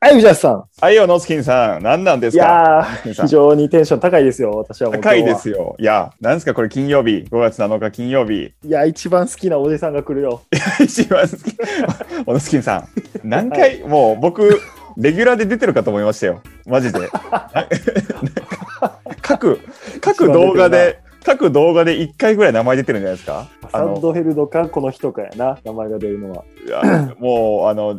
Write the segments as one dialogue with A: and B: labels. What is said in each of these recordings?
A: はい、藤橋さん。
B: はいよ、ノスキンさん。何なんで
A: い
B: すか
A: や
B: ノスキン
A: ー、
B: さん
A: 非常にテンション高いですよ、私はもう今日は。
B: 高いですよ。いや、なんですかこれ金曜日。5月7日金曜日。
A: いや、一番好きなおじさんが来るよ。
B: 一番好き。 おノスキンさん。何回、もう僕、レギュラーで出てるかと思いましたよ。マジ で。な各、各動画で、各動画で1回ぐらい名前出てるんじゃないですかあ
A: サン
B: の
A: ドヘルドか、この人かやな、名前が出るのは。
B: いやもう、あの、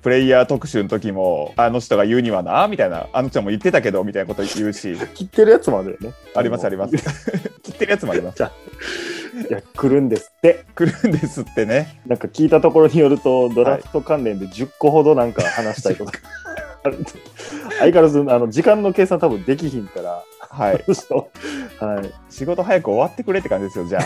B: プレイヤー特集の時も、あの人が言うにはな、みたいな、あの人も言ってたけど、みたいなこと言うし、
A: 切ってるやつもあるよね。
B: ありますあり
A: の
B: ます。 切ってるやつもありま
A: い
B: す。
A: や、来るんですって。
B: 来るんですってね。
A: なんか聞いたところによると、ドラフト関連で10個ほどなんか話したいことがあると。相変わらず、あの、時間の計算多分できひんから、
B: はい、
A: そうはい。
B: 仕事早く終わってくれって感じですよ、じゃ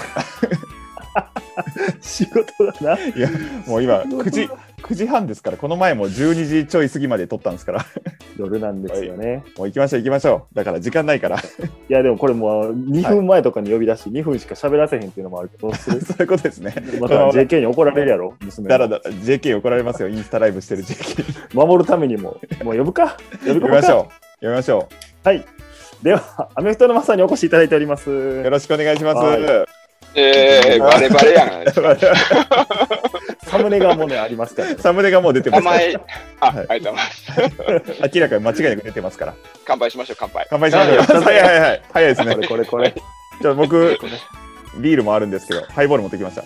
A: 仕事だな。
B: あ。いや、もう今、9時
A: 仕事、
B: 9時半ですから、この前も12時ちょい過ぎまで撮ったんですから、
A: 夜なんですよね。
B: もう行きましょう、行きましょう。だから時間ないから、 そ
A: いやでもこれもう2分前とかに呼び出し2分しか喋らせへんっていうのもあるけど、どう する
B: ういうことですね。
A: また JK に怒られるやろ、娘
B: だらだら JK 怒られますよ、インスタライブしてる JK。
A: 守るためにも、もう呼ぶか、呼び
B: 読
A: 込
B: み
A: む
B: まし
A: か。
B: ょう、読みましょ
A: はい。では、アメフトのマスターにお越しいただいております。
B: う。よろしくお願いします。
A: は
C: えー、バレバレや ん。
A: サムネがもうね、ありますから、ね。
B: サムネがもう出てま
C: 名
B: すから
C: 前、あ、
B: はい
C: ありがとうございます。
B: 明らかに間違いなく出てますから。
C: 乾杯しましょう、乾杯。
B: 乾杯しましょう。
C: あいや
B: はいはい はい。早いです
A: こ
B: ね。
A: れこれこれ。
B: じゃあ僕、ビールもあるんですけど、ハイボール持ってきました。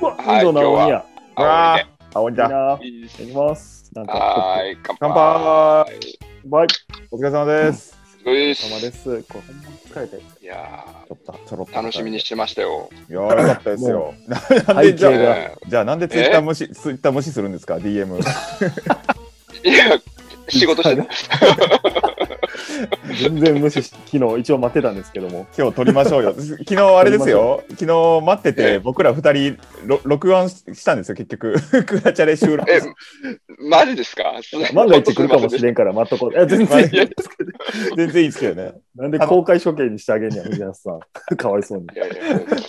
A: うわ、
C: はい
A: インドの鬼や。
C: あ
B: ああ、おん
A: いい
B: ちゃん。
A: な。
C: おいでいいっ
A: い
C: す
A: ただきます。なん
C: は
A: か、
C: ーい、乾
B: 乾
C: 杯。
B: 杯。
A: バイ。
B: お疲れ様です。
C: ういっす
A: 様です。これ、ほんまに疲れてる。
C: いや
B: ちょっと、ちょろっと
C: ー、楽しみにしてましたよ。
B: いやー、よかったですよ。なん
A: 背
B: でじ
A: 景
B: ゃあ、
A: が。
C: え
B: じゃあなんでツイッター無視、ツイッター無視するんですか、DM。
C: ーいや、仕事してた。
A: 全然無視し、昨日一応待ってたんですけど も。
B: 今日撮りましょうよ。昨日あれですよ。昨日待って
C: え
B: て、
C: え
B: 僕ら二人、ろ録音したんですよ、結局。クラチャレ収録。
C: え、マジですか
A: 万が一来るかもし
C: ん。
A: れんから待っとこう。いや、全然。
B: 全然いいですけどね。
A: なんで公開処刑にしてあげんねや、藤原さん。 かわいそうに。
C: いやいや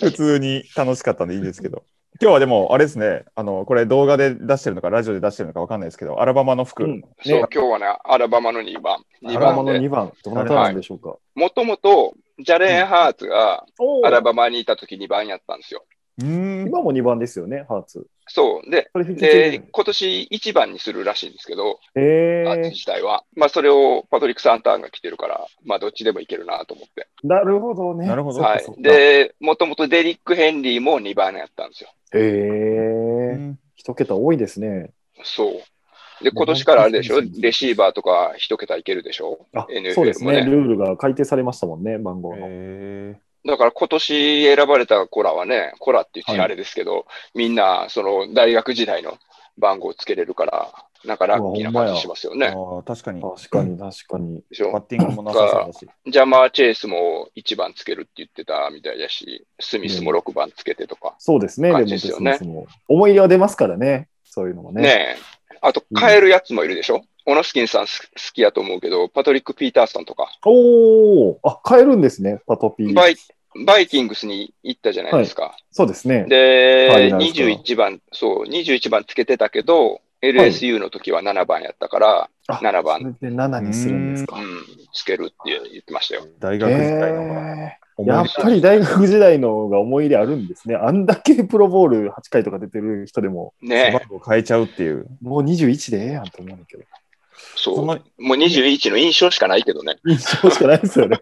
B: 普通に楽しかったんでいいですけど。今日はでも、あれですね、あの、これ動画で出してるのか、ラジオで出してるのかわかんないですけど、アラバマの服。
A: うん、
C: そう、
A: ね
C: 今、日はね、アラバマの2番。
A: ア
C: 2
A: ラバ
C: 番
A: マの
C: で。
A: 2番、どなたなんでしょうか。
C: もともと、ジャレン・ハーツが
A: おー
C: アラバマにいた時2番やったんですよ。
B: うーん。
A: 今も2番ですよね、ハーツ。
C: そう。で、
A: これ引き継いで
C: で
A: る、
C: 今年1番にするらしいんですけど、
A: え
C: アーチ自体は。まあ、それをパトリック・サンターンが来てるから、まあ、どっちでもいけるなと思って。
A: ー、なるほどね。
B: なるほ
A: そ
B: ど
A: っ
C: は
A: かそっ
C: い。
A: か、
C: で、もともとデリック・ヘンリーも2番やったんですよ。
A: え
B: う
A: ー、
B: ん
A: 一桁多いですね。
C: そう。で、今年からあれでしょ
B: そうそうそう
C: レシーバーとか一桁いけるでしょ
A: あ
C: NFL
A: そうです
C: も
A: ね、
C: ね
A: ルールが改定されましたもんね、番号の。
B: え
C: だから今年選ばれた子らはね、子らって言ってあれですけど、みんな、その、大学時代の番号をつけれるから、なんかラッキーな感じしますよ
B: ー
C: ね。
B: あー確かに。
A: 確かに、確かに。
C: でしょ
B: バッティングもなさそうだし。
C: ジャマー・チェイスも1番つけるって言ってたみたいだし、スミスも6番つけてとか。
A: そうですね、
C: 感
A: でも
C: じですよ
A: 別
C: ね
A: にその思い入れは出ますからね、そういうのもね。
C: ねえ。あと、変えるやつもいるでしょ、オノスキンさんす好きやと思うけど、パトリック・ピーターソンとか、
A: おー、あ、変えるんですね、パトピー。
C: バイバイキングスに行ったじゃないですか。
A: そうですね。ファイ
C: で、
A: ナルズから
C: 21番、そう、21番つけてたけど、LSU の時は7番やったから、
A: あ
C: 7番、
A: それで7にするんですか
C: う。ん、つけるって言ってましたよ。
B: 大
A: え
B: 学時代の方が
A: ー
B: 思い
A: や
B: 出
A: っぱり大学時代の方が思い入れあるんですね。あんだけプロボール8回とか出てる人でも、
C: ねえ
B: 番号変えちゃうっていう。
A: もう21でええやんと思うんだけど。
C: そ。
B: そう
C: も
B: の
C: う21の印象しかないけどね。
A: 印象しかないです よね。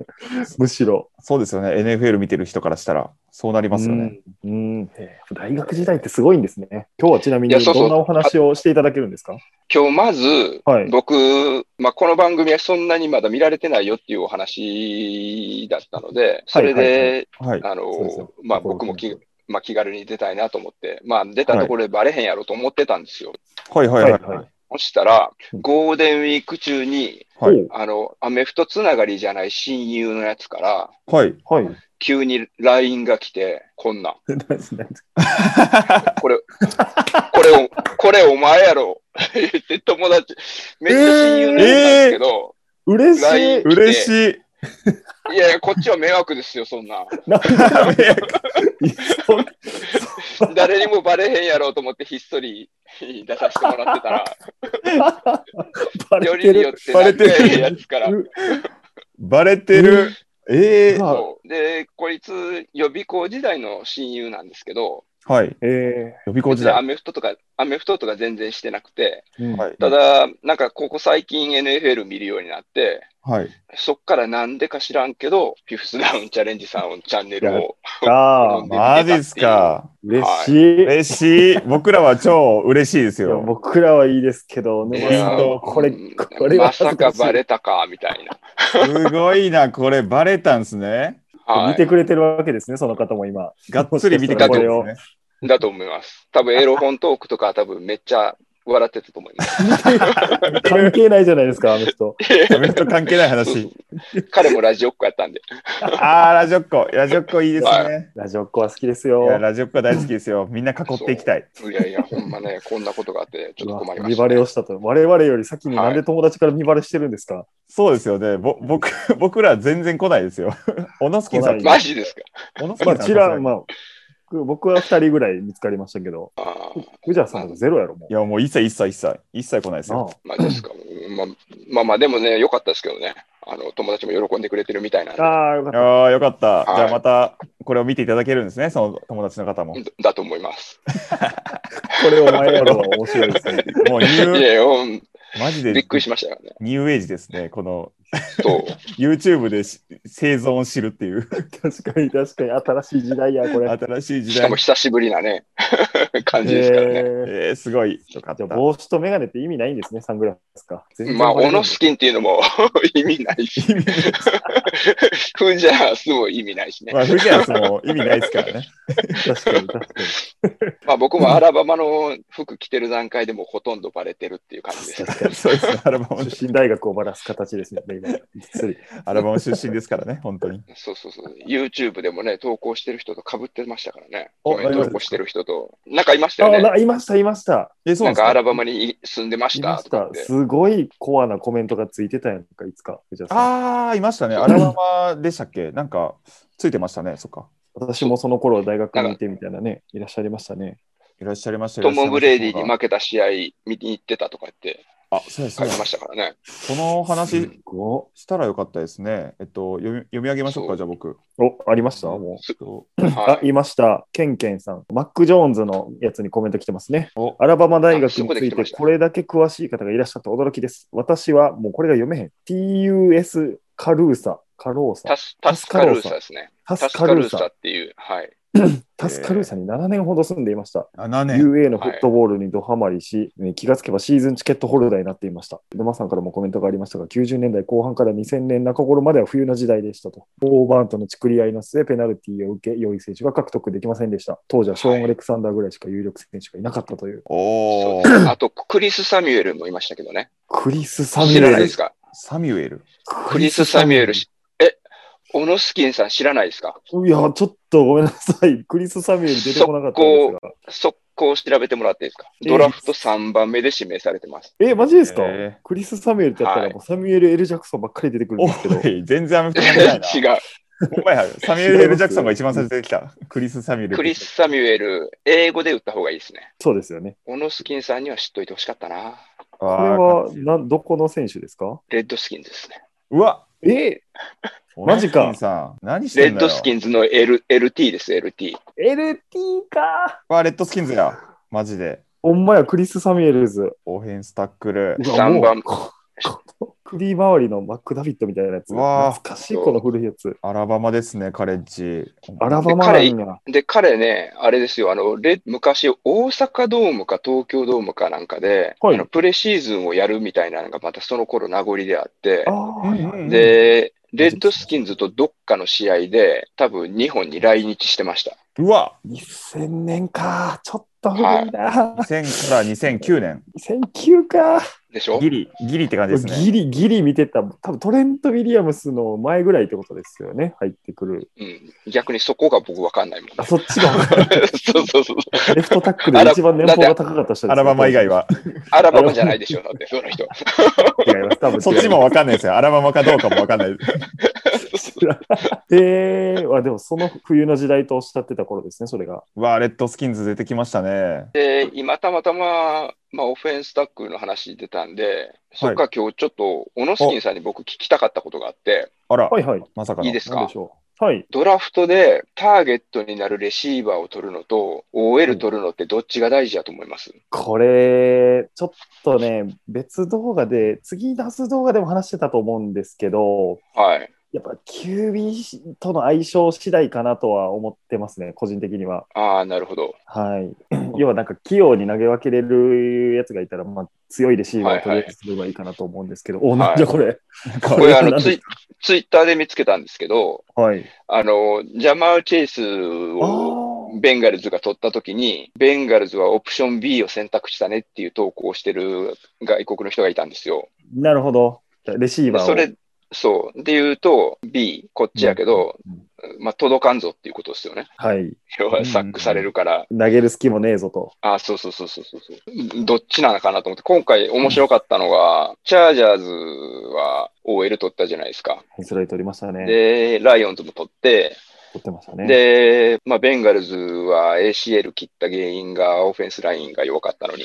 A: むしろ。
B: そうですよね。NFL 見てる人からしたら、そうなりますよね。
A: うん。うんえー大学時代ってすごいんですね。今日はちなみ
C: い
A: に
C: やそうそう
A: どんなお話をしていただけるんですか
C: 今日まず、
A: はい
C: 僕、まあ、この番組はそんなにまだ見られてないよっていうお話だったので、それで、
A: はいは
B: はい。
C: あの
A: そうですよ
C: まあ、僕もき、まあ、気軽に出たいなと思って、まあ、出たところでバレへんやろと思ってたんですよ。
B: はいはいはい。はい
C: そしたら
A: うん、
C: ゴールデンウィーク中に、
A: は
B: はいい。
C: あの、アメフトつながりじゃない親友のやつから、
B: はい。
A: おはい。
C: 急に LINE が来て、こんなん、これ、これを、これお前やろ、 言って友達、めっちゃ親友のやつなんですけど、
A: 嬉しい
C: LINE。
B: 嬉しい。
C: いやいや、こっちは迷惑ですよ、そんなん。
A: なんでいやそ
C: 誰にもバレへんやろうと思ってひっそり出させてもらってたら、
A: バ
C: よ
A: レ
C: り
A: て
C: によっ
A: る。
C: て何回やるやつから。
B: バレてる。ええ
A: うわ
C: そうで、こいつ、予備校時代の親友なんですけど、
B: はい。
A: え
B: 予備校時
C: 別にア
B: 代。
C: メフトとか、アメフトとか全然してなくて、
A: えうん
B: はい。
C: ただ、なんかここ最近 NFL 見るようになって、
B: はい。
C: そっからなんでか知らんけど、フィフスダウンチャレンジさんのチャンネルを、
A: ああ、
B: マジっすか。
A: 嬉しい。
B: 嬉しい。僕らは超嬉しいです
A: いや
B: よ。
A: 僕らはいいですけど、ね、
B: いや
A: もうこれ、
C: うん
A: これは
C: ま
A: 恥
C: さ
A: ずか
C: か
A: しい
C: バレたか、みたいな。
B: すごいな、これ、バレたんすね。
C: は
A: 見てくれてるわけですね、その方も今。
B: がっつり見てくれてるんですね。
C: い、だと思います。多分エロ本トークとか、多分めっちゃ笑ってたと思い ます。
A: 関係ないじゃないですか、あの人。
B: アメフト関係ない話。
C: 彼もラジオっ子やったんで。
B: ああ、ラジオっ子。ラジオっ子いいですね。
A: ラジオっ子は好きです
B: い
A: よ。
B: や、ラジオっ子大好きですよ。みんな囲っていきたい。
C: いやいや、ほんまね、こんなことがあって、ちょっと困り
A: うわ
C: ま
A: 見
C: した、
A: バ
C: ね
A: レを。したと。我々より先に
C: はい
A: なんで友達から見バレしてるんですか、
B: そうですよね。ぼ僕僕ら全然来ないですよ。 オノスキンさん
A: 来、ない
C: マジですか。
B: オノスキ
A: まあ、
B: ンさん
A: ちら、まあ、僕僕は2人ぐらい見つかりましたけど、
C: あー
A: 宇治さんとかゼロやろ、も
B: いや、もう一切一切一切、一切来ないです
A: う。なあ
B: よ。
C: まあですか。うんまあまあまあ、でもね、良かったですけどね。あの友達も喜んでくれてるみたいなんで
A: あー、よかっ
B: いやーよかった。
C: はい
B: じゃあまた、これを見ていただけるんですね、その友達の方も。
C: だだと思います。
A: た。これお前やろ、面白いですね。
B: もうニ
C: い
B: ュー、
C: やいや、うん
B: マジで
C: びっくりしましたよね。
B: ニューエイジですね。この
C: そう。
B: YouTube でし生存を知るっていう、
A: 確かに、確かに、新しい時代や、これ。
B: 新しい時
C: しか
B: 代
C: も。久しぶりなね、 感じですからね。
A: えー
B: えー、すごい。よかっ
A: じゃ
B: た
A: あ。帽子とメガネって意味ないんですね、サングラスか。全然
C: まあ、
A: バレ
C: オ
A: る
C: ノスキンっていうのも 意味ないし、 フジャースも意味ないしね
B: ま。あ、フジアスも意味ないですからね。
A: 確かに、 確かに。
C: まあ、僕もアラバマの服着てる段階でもうほとんどバレてるっていう感じです。
B: そうですね。アルバム、
A: 出身大学をばらす形ですね。今失礼
B: アルバム出身ですからね、本当に。
C: そうそうそう。YouTube でもね、投稿してる人と被ってましたからね。
B: おあります
C: 投稿してる人と。なんかいました
A: あ、
C: よね。
A: ないました、いました。
B: え、そうなん
C: なん
B: です
C: かア
B: か
C: ラバマに住んでまし
A: い
C: た
A: まし
C: とか
A: た
C: っ。て。
A: すごいコアなコメントがついてたやんか、いつか。藤田さん
B: ああ、いましたね。アラバマでしたっけなんか、ついてましたね。そっか。
A: 私もその頃大学にいてみたいなね、いらっしゃいましたね。
B: いらっしゃいました
C: トム・ブレイディに
B: ま
C: 負けた試合見に行ってたとかって
B: あ、そうです
C: 書
B: ね
C: いて。ましたからね。
B: その
A: す
B: 話
A: ご
B: したらよかったですね。えっと、読み読み上げましょう
C: そ
B: か、
C: う
B: じゃあ僕。
A: いお、ありましたもう。
B: えっと
A: あ
C: は、い、
A: いました。ケンケンさん。マック・ジョーンズのやつにコメント来てますね。
B: お
A: アラバマ大学に
C: あそこで
A: つい
C: 来てま
A: て
C: した
A: これだけ詳しい方がいらっしゃって驚きです。私はもうこれが読めへん。TUS カルーサ、カローサ
C: タ、スタスカルーサですね。
A: タ
C: タ
A: ス
C: ス
A: カ
C: カル
A: ルー
C: ー
A: サ
C: サ。っていう、はい。
A: タスカルーサに7年ほど住んでいました。
B: 7年。
A: UA のフットボールにドハマりし、えー気がつけばシーズンチケットホルダーになっていました。沼さんからもコメントがありましたが、90年代後半から2000年中頃までは冬の時代でしたと。オーバーンとのちくり合いの末、ペナルティーを受け、良い選手が獲得できませんでした。当時はショーン・アレクサンダーぐらいしか有力選手がいなかったという。
B: おお
C: そ、うあと、クリス・サミュエルもいましたけどね。
A: クリス・サミ
C: 知
A: ュ
C: ら
A: エ
C: ない
A: ル
C: です。か
B: サミュエル。
C: クリス・サミュエルし。え、オノスキンさん知らないですか
A: いや、ちょっとごめんなさい。クリス・サミュエル出てこなかったんですが。
C: 速攻調べてもらっていいですか
A: えー
C: ドラフト3番目で指名されてます。
A: え、マジですか、
B: え
A: クリス・サミュエルってやったら、
C: はい
A: もうサミュエル・エル・ジャクソンばっかり出てくるん
B: お
A: ですけど。
B: い、全然アメフト関係ないな。
C: 違う。
B: お前やサミュエル・エル・ジャクソンが一番最初に出てきた。クリス・サミュエル。
C: クリス・サミュエル、英語で打った方がいいですね。
A: そうですよね。
C: オノスキンさんには知っといてほしかったな。
B: あ
A: これ
B: ー。
A: はなどこの選手ですか
C: レッドスキンズですね。
B: うわ
A: えマジか
B: オノスキンさん、何して
C: レ
B: ん
C: ッ
B: だよ。
C: ドスキンズの、L、LT です、LT。
A: LT か
B: わレッドスキンズや。マジで。
A: ほんまや、クリス・サミュエルズ。
B: オフェンスタックル。
A: うわ
C: 三番
A: もうここフリー周りのマック・ダビットみたいなやつ。
B: うわー
A: 懐かしい、この古いやつ。
B: アラバマですね、カレッジ。
A: アラバマなんや。
C: で、彼ね、あれですよ、あの、レ昔、大阪ドームか東京ドームかなんかで、
A: はい
C: あのプレシーズンをやるみたいなのが、またその頃名残であって、
A: あーはいはい
B: うん
C: で、レッドスキンズとどっかの試合で、多分日本に来日してました。
B: うわ
A: 2000年か。ちょっと古いな。
B: 2000から2009年。
A: 2009か。
C: でしょ
B: ギリ、ギリって感じですね。
A: ギリギリ見てた。多分トレント・ウィリアムスの前ぐらいってことですよね。入ってくる。
C: うん、逆にそこが僕わかんないもん。
A: あ、そっちが分か る
C: そう そうそう。
A: レフトタックルで一番年俸が高かった人ですね
B: アラバマ以外は。
C: アラバマじゃないでしょ、だって、その人。
A: 違います多分違います
B: そっちもわかんないですよ。アラバマかどうかもわかんない。
A: 知らんえー、あでもその冬の時代とおっしゃってた頃ですね、それが。
B: うわあ、レッドスキンズ出てきましたね。
C: で、今たまたま、まあ、オフェンスタックの話出たんで、そっか、今日ちょっと、オノスキンさんに僕聞きたかったことがあって、
B: あら、
A: はいはい。
B: まさかの。
C: いいです
A: なん
C: か
A: でしょう。はい。
C: ドラフトでターゲットになるレシーバーを取るのと、OL 取るのってどっちが大事だと思います
A: これ、ちょっとね、別動画で、次出す動画でも話してたと思うんですけど、
C: はい。
A: やっぱ QB との相性次第かなとは思ってますね、個人的には。
C: ああ、なる ほど。
A: はい、要はなんか器用に投げ分けれるやつがいたら、まあ、強いレシーバーを取りやすればいいかなと思うんですけど、おなんじゃ これ。
B: こ
C: これあの
A: なん
C: ツイ、ツイッターで見つけたんですけど、
A: はい、
C: あの、ジャマー・チェイス
A: あ
C: を
A: ー
C: ベンガルズが取った時に、ベンガルズはオプション B を選択したねっていう投稿をしてる外国の人がいたんですよ。
A: なるほど、レシー
C: で
A: バーを。
C: それ、そう。で言うと B、こっちやけど、まあ、届かんぞっていうことですよね。
A: はい、
C: 要はサックされるから、
A: 投げる隙もねえぞと。
C: あ、そうそうそうそうそうそう。どっちなのかなと思って、今回面白かったのが、チャージャーズは OL 取ったじゃないですか。
A: ヘンスライ取りましたね。
C: で、ライオンズも取って、
A: 取ってましたね。
C: で、まあ、ベンガルズは ACL 切った原因がオフェンスラインが弱かったのに、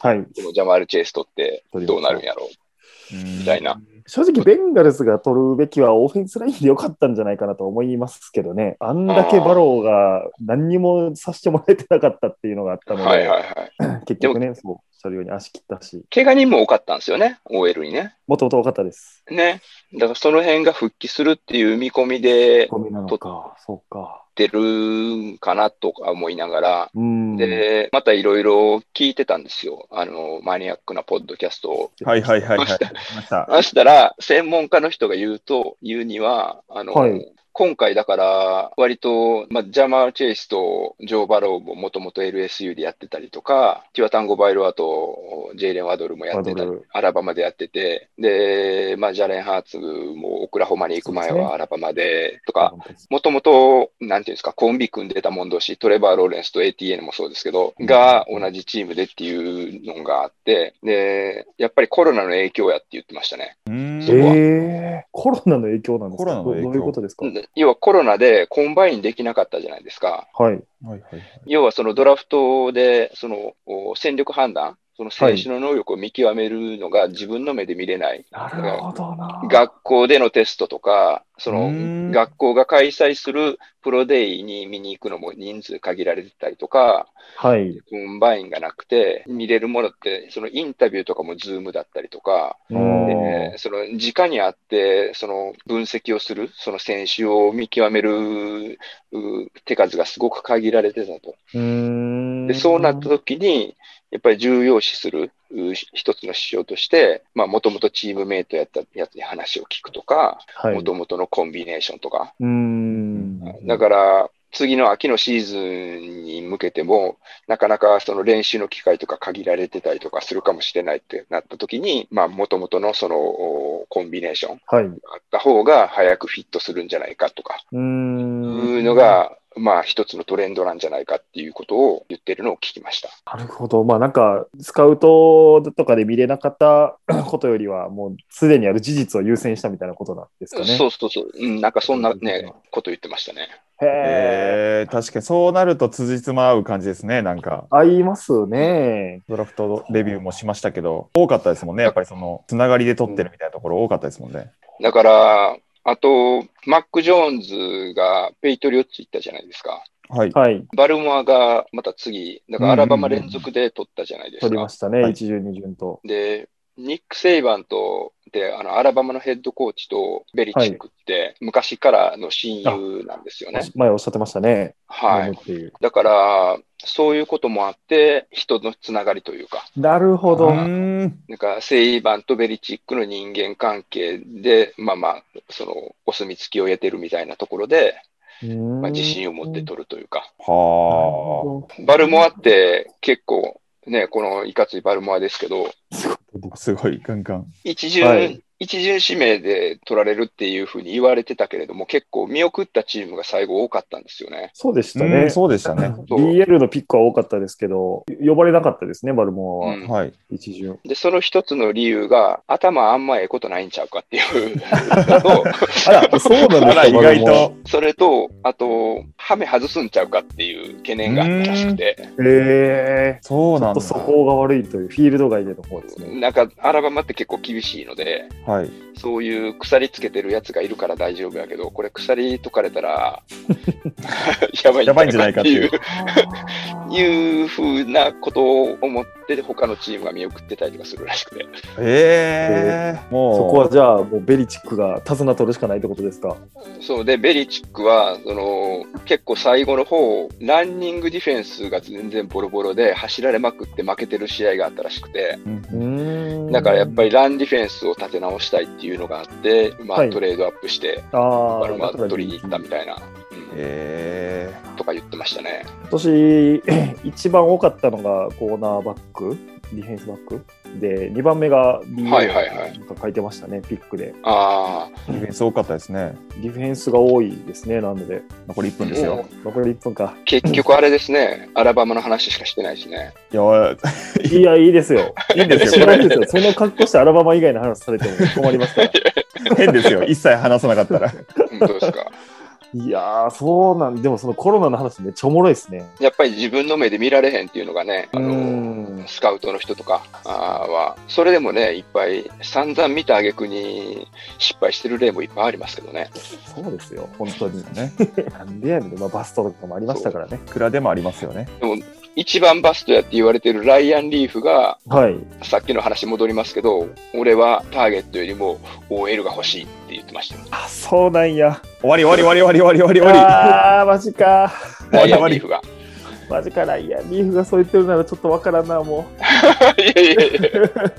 A: はい、
C: でもジャマール・チェイス取って
A: 取り
C: ど
A: ま
C: う
A: した
C: なるんやろう
B: み
C: みたいな。
A: 正直、ベンガルズが取るべきはオフェンスラインでよかったんじゃないかなと思いますけどね、あんだけバローが何にもさせてもらえてなかったっていうのがあったので、
C: はいはいはい。
A: 結局ね、そうおっしゃるように足切ったし、
C: 怪我人も多かったんですよね、OL にね。
A: もともと多かったです。
C: ね。だからその辺が復帰するっていう見込みで
A: ゴミなの
C: と
A: か、そうか。
C: 出るんかなとか思いながら、
A: うん。
C: で、またいろいろ聞いてたんですよ。あの、マニアックなポッドキャストを。
B: はいはいはいはい。
C: ました
B: ました
C: そしたら、専門家の人が言うと、言うには、あの、
A: はい
C: 今回だから、割と、まあ、ジャマー・チェイスとジョー・バローももともと LSU でやってたりとか、ティワタンゴ・バイロアとジェイレン・ワドルもやってた
A: ワ
C: り
A: ドル、
C: アラバマでやってて、で、まあ、ジャレン・ハーツもオクラホマに行く前
A: そうです
C: はアラバマで、とか、
A: 本当です
C: もともと、なんていうんですか、コンビ組んでたもん同士、トレバー・ローレンスと ATN もそうですけど、が同じチームでっていうのがあって、で、やっぱりコロナの影響やって言ってましたね。
B: う
C: そこ
B: ーん
C: は
A: えー、コロナの影響なんですか
B: コロナの影
A: ど
B: 響
A: どういうことですか、
C: で要はコロナでコンバインできなかったじゃないですか。
A: はい。
B: はいはいはい
C: 要はそのドラフトで、そのお戦力判断、その選手の能力を見極めるのが自分の目で見れない。
A: なるほどな。
C: 学校でのテストとか、そうの
B: ん
C: 学校が開催するプロデイに見に行くのも人数限られてたりとか、
A: はい。
C: コンバインがなくて、見れるものって、そのインタビューとかもズームだったりとか、
A: う
B: お
A: ん
B: ー
C: えーその直にあって、その分析をする、その選手を見極めるう手数がすごく限られてたと。
A: うーん
C: で、そうなった時に、やっぱり重要視するう一つの指標として、まあ、もともとチームメイトやったやつに話を聞くとか、
A: はい。
C: もともとのコンビネーションとか、
A: うーん。
C: だから、次の秋のシーズンに向けても、なかなかその練習の機会とか限られてたりとかするかもしれないってなった時に、まあ、もともとのそのおコンビネーション
A: はい。う
C: があった方が早くフィットするんじゃないかとか、
A: ー。
C: いうんのが、まあ、一つのトレンドなんじゃないかっていうことを言ってるのを聞きました。
A: なるほど。まあなんか、スカウトとかで見れなかったことよりは、もうすでにある事実を優先したみたいなことなんですかね。
C: そうそうそう、うん、なんかそんな
A: なる
C: ね
A: ほど、
C: こと言ってましたね。
A: へえ。
B: えー、確かにそうなると辻褄合う感じですね、なんか。
A: 合いますね。
B: ドラフトレビューもしましたけど、多かったですもんね、やっぱりそのつながりで取ってるみたいなところ多かったですもんね。
C: だから、あと、マック・ジョーンズがペイトリオッツ行ったじゃないですか。
B: はい。
A: はい。
C: バルモアがまた次、だからアラバマ連続で取ったじゃないです
A: 取り
C: か
A: ま。したね。
B: はい
A: 一巡二巡と。
C: で、ニック・セイバンと、で、あの、アラバマのヘッドコーチとベリチックって、昔からの親友なんですよね。
A: 前おっしゃってましたね。
C: はい。
A: っていう
C: だから、そういうこともあって、人のつながりというか、
A: なるほど。う
B: う
C: は
A: ん
B: ーん
C: なんか、セイバンとベリチックの人間関係で、まあまあ、その、お墨付きを得てるみたいなところで、まあ、自信を持って取るというか、
B: は
C: バルモアって結構、ね、このいかついバルモアですけど、
A: なるほど
B: あ、すごい、ガンガン。
C: 一巡、
A: はい
C: 一巡指名で取られるっていうふうに言われてたけれども、結構見送ったチームが最後多かったんですよね。
A: そうでした
B: う
A: ね
B: ん。そうでしたね。
C: そう
A: BL のピックは多かったですけど、呼ばれなかったですね、バルモアは。
C: うん
B: はい。
A: 一巡。
C: で、その一つの理由が、頭あんまええことないんちゃうかっていうのと、
A: あら、そうなんです
B: あ、
A: から
B: 意外。
A: バルモア
B: と。
C: それと、あと、ハメ外すんちゃうかっていう懸念があったらしくて、
A: え
B: そう
A: ー、ちょっ
B: なん
A: と。
B: だ
A: そこが悪いという、フィールド外での方ですね。
C: なんか、アラバマって結構厳しいので、
B: はい。
C: そういう鎖つけてるやつがいるから大丈夫やけど、これ鎖解かれ たら、やばい
B: やばいんじゃないかっていう
C: っていう。いうふうなことを思って、他のチームが見送ってたりとかするらしくて。
B: ええ。もう。
A: そこはじゃあ、もうベリチックが手綱取るしかないってことですか。
C: そうで、ベリチックは、その、結構最後の方、ランニングディフェンスが全然ボロボロで、走られまくって負けてる試合があったらしくて、
B: うん
A: ん
C: だからやっぱりランディフェンスを立て直したいっていうのがあって、ま
A: は
C: あ
A: い
C: トレードアップして、
A: あー
C: バルマ
A: だから
C: 取りに行ったみたいな、うん
B: ええ。
C: とか言ってましたね。
A: 今年一番多かったのがコーナーバック、ディフェンスバックで、2番目が BA
C: はいはいはい
A: なんか書いてましたね、ピックで。
C: あ
B: ディフェンス多かったですね。
A: ディフェンスが多いですね、なので。
B: 残り1分
C: あ、
B: です
C: も
B: よ
C: う。
A: 残り1分か。
C: 結局あれですね、アラバマの話しかしてないですね。
B: い や、
A: いや、いいです よ。
B: いいんです
A: そ
B: よ。
A: れはいいですよその格好してアラバマ以外の話されても困ります から。
B: 変ですよ。一切話さなかった ら。
C: うんどうですか
A: いやー、そうなんでもそのコロナの話めっちゃおもろいですね。
C: やっぱり自分の目で見られへんっていうのがね、あ
A: う
C: の
A: ん。
C: スカウトの人とかあーは、それでもね、いっぱい散々見た挙句に失敗してる例もいっぱいありますけどね。
A: そうですよ、本当に。
B: ね。
A: なんでやねん、まあ、バストとかもありましたからね。
B: いくらでもありますよね。
C: 一番バストやって言われてるライアン・リーフが、
A: はい。
C: さっきの話戻りますけど、俺はターゲットよりも OL が欲しいって言ってましたよ。
A: あ、そうなんや。
B: 終わり終わり終わり終わり終わり終わ
A: あー、マジか。
B: 終わ
C: ラ
B: り
C: イアン・リーフが。
A: マジかな。いや、リーフがそう言ってるならちょっとわからんな、も
C: いやいやいや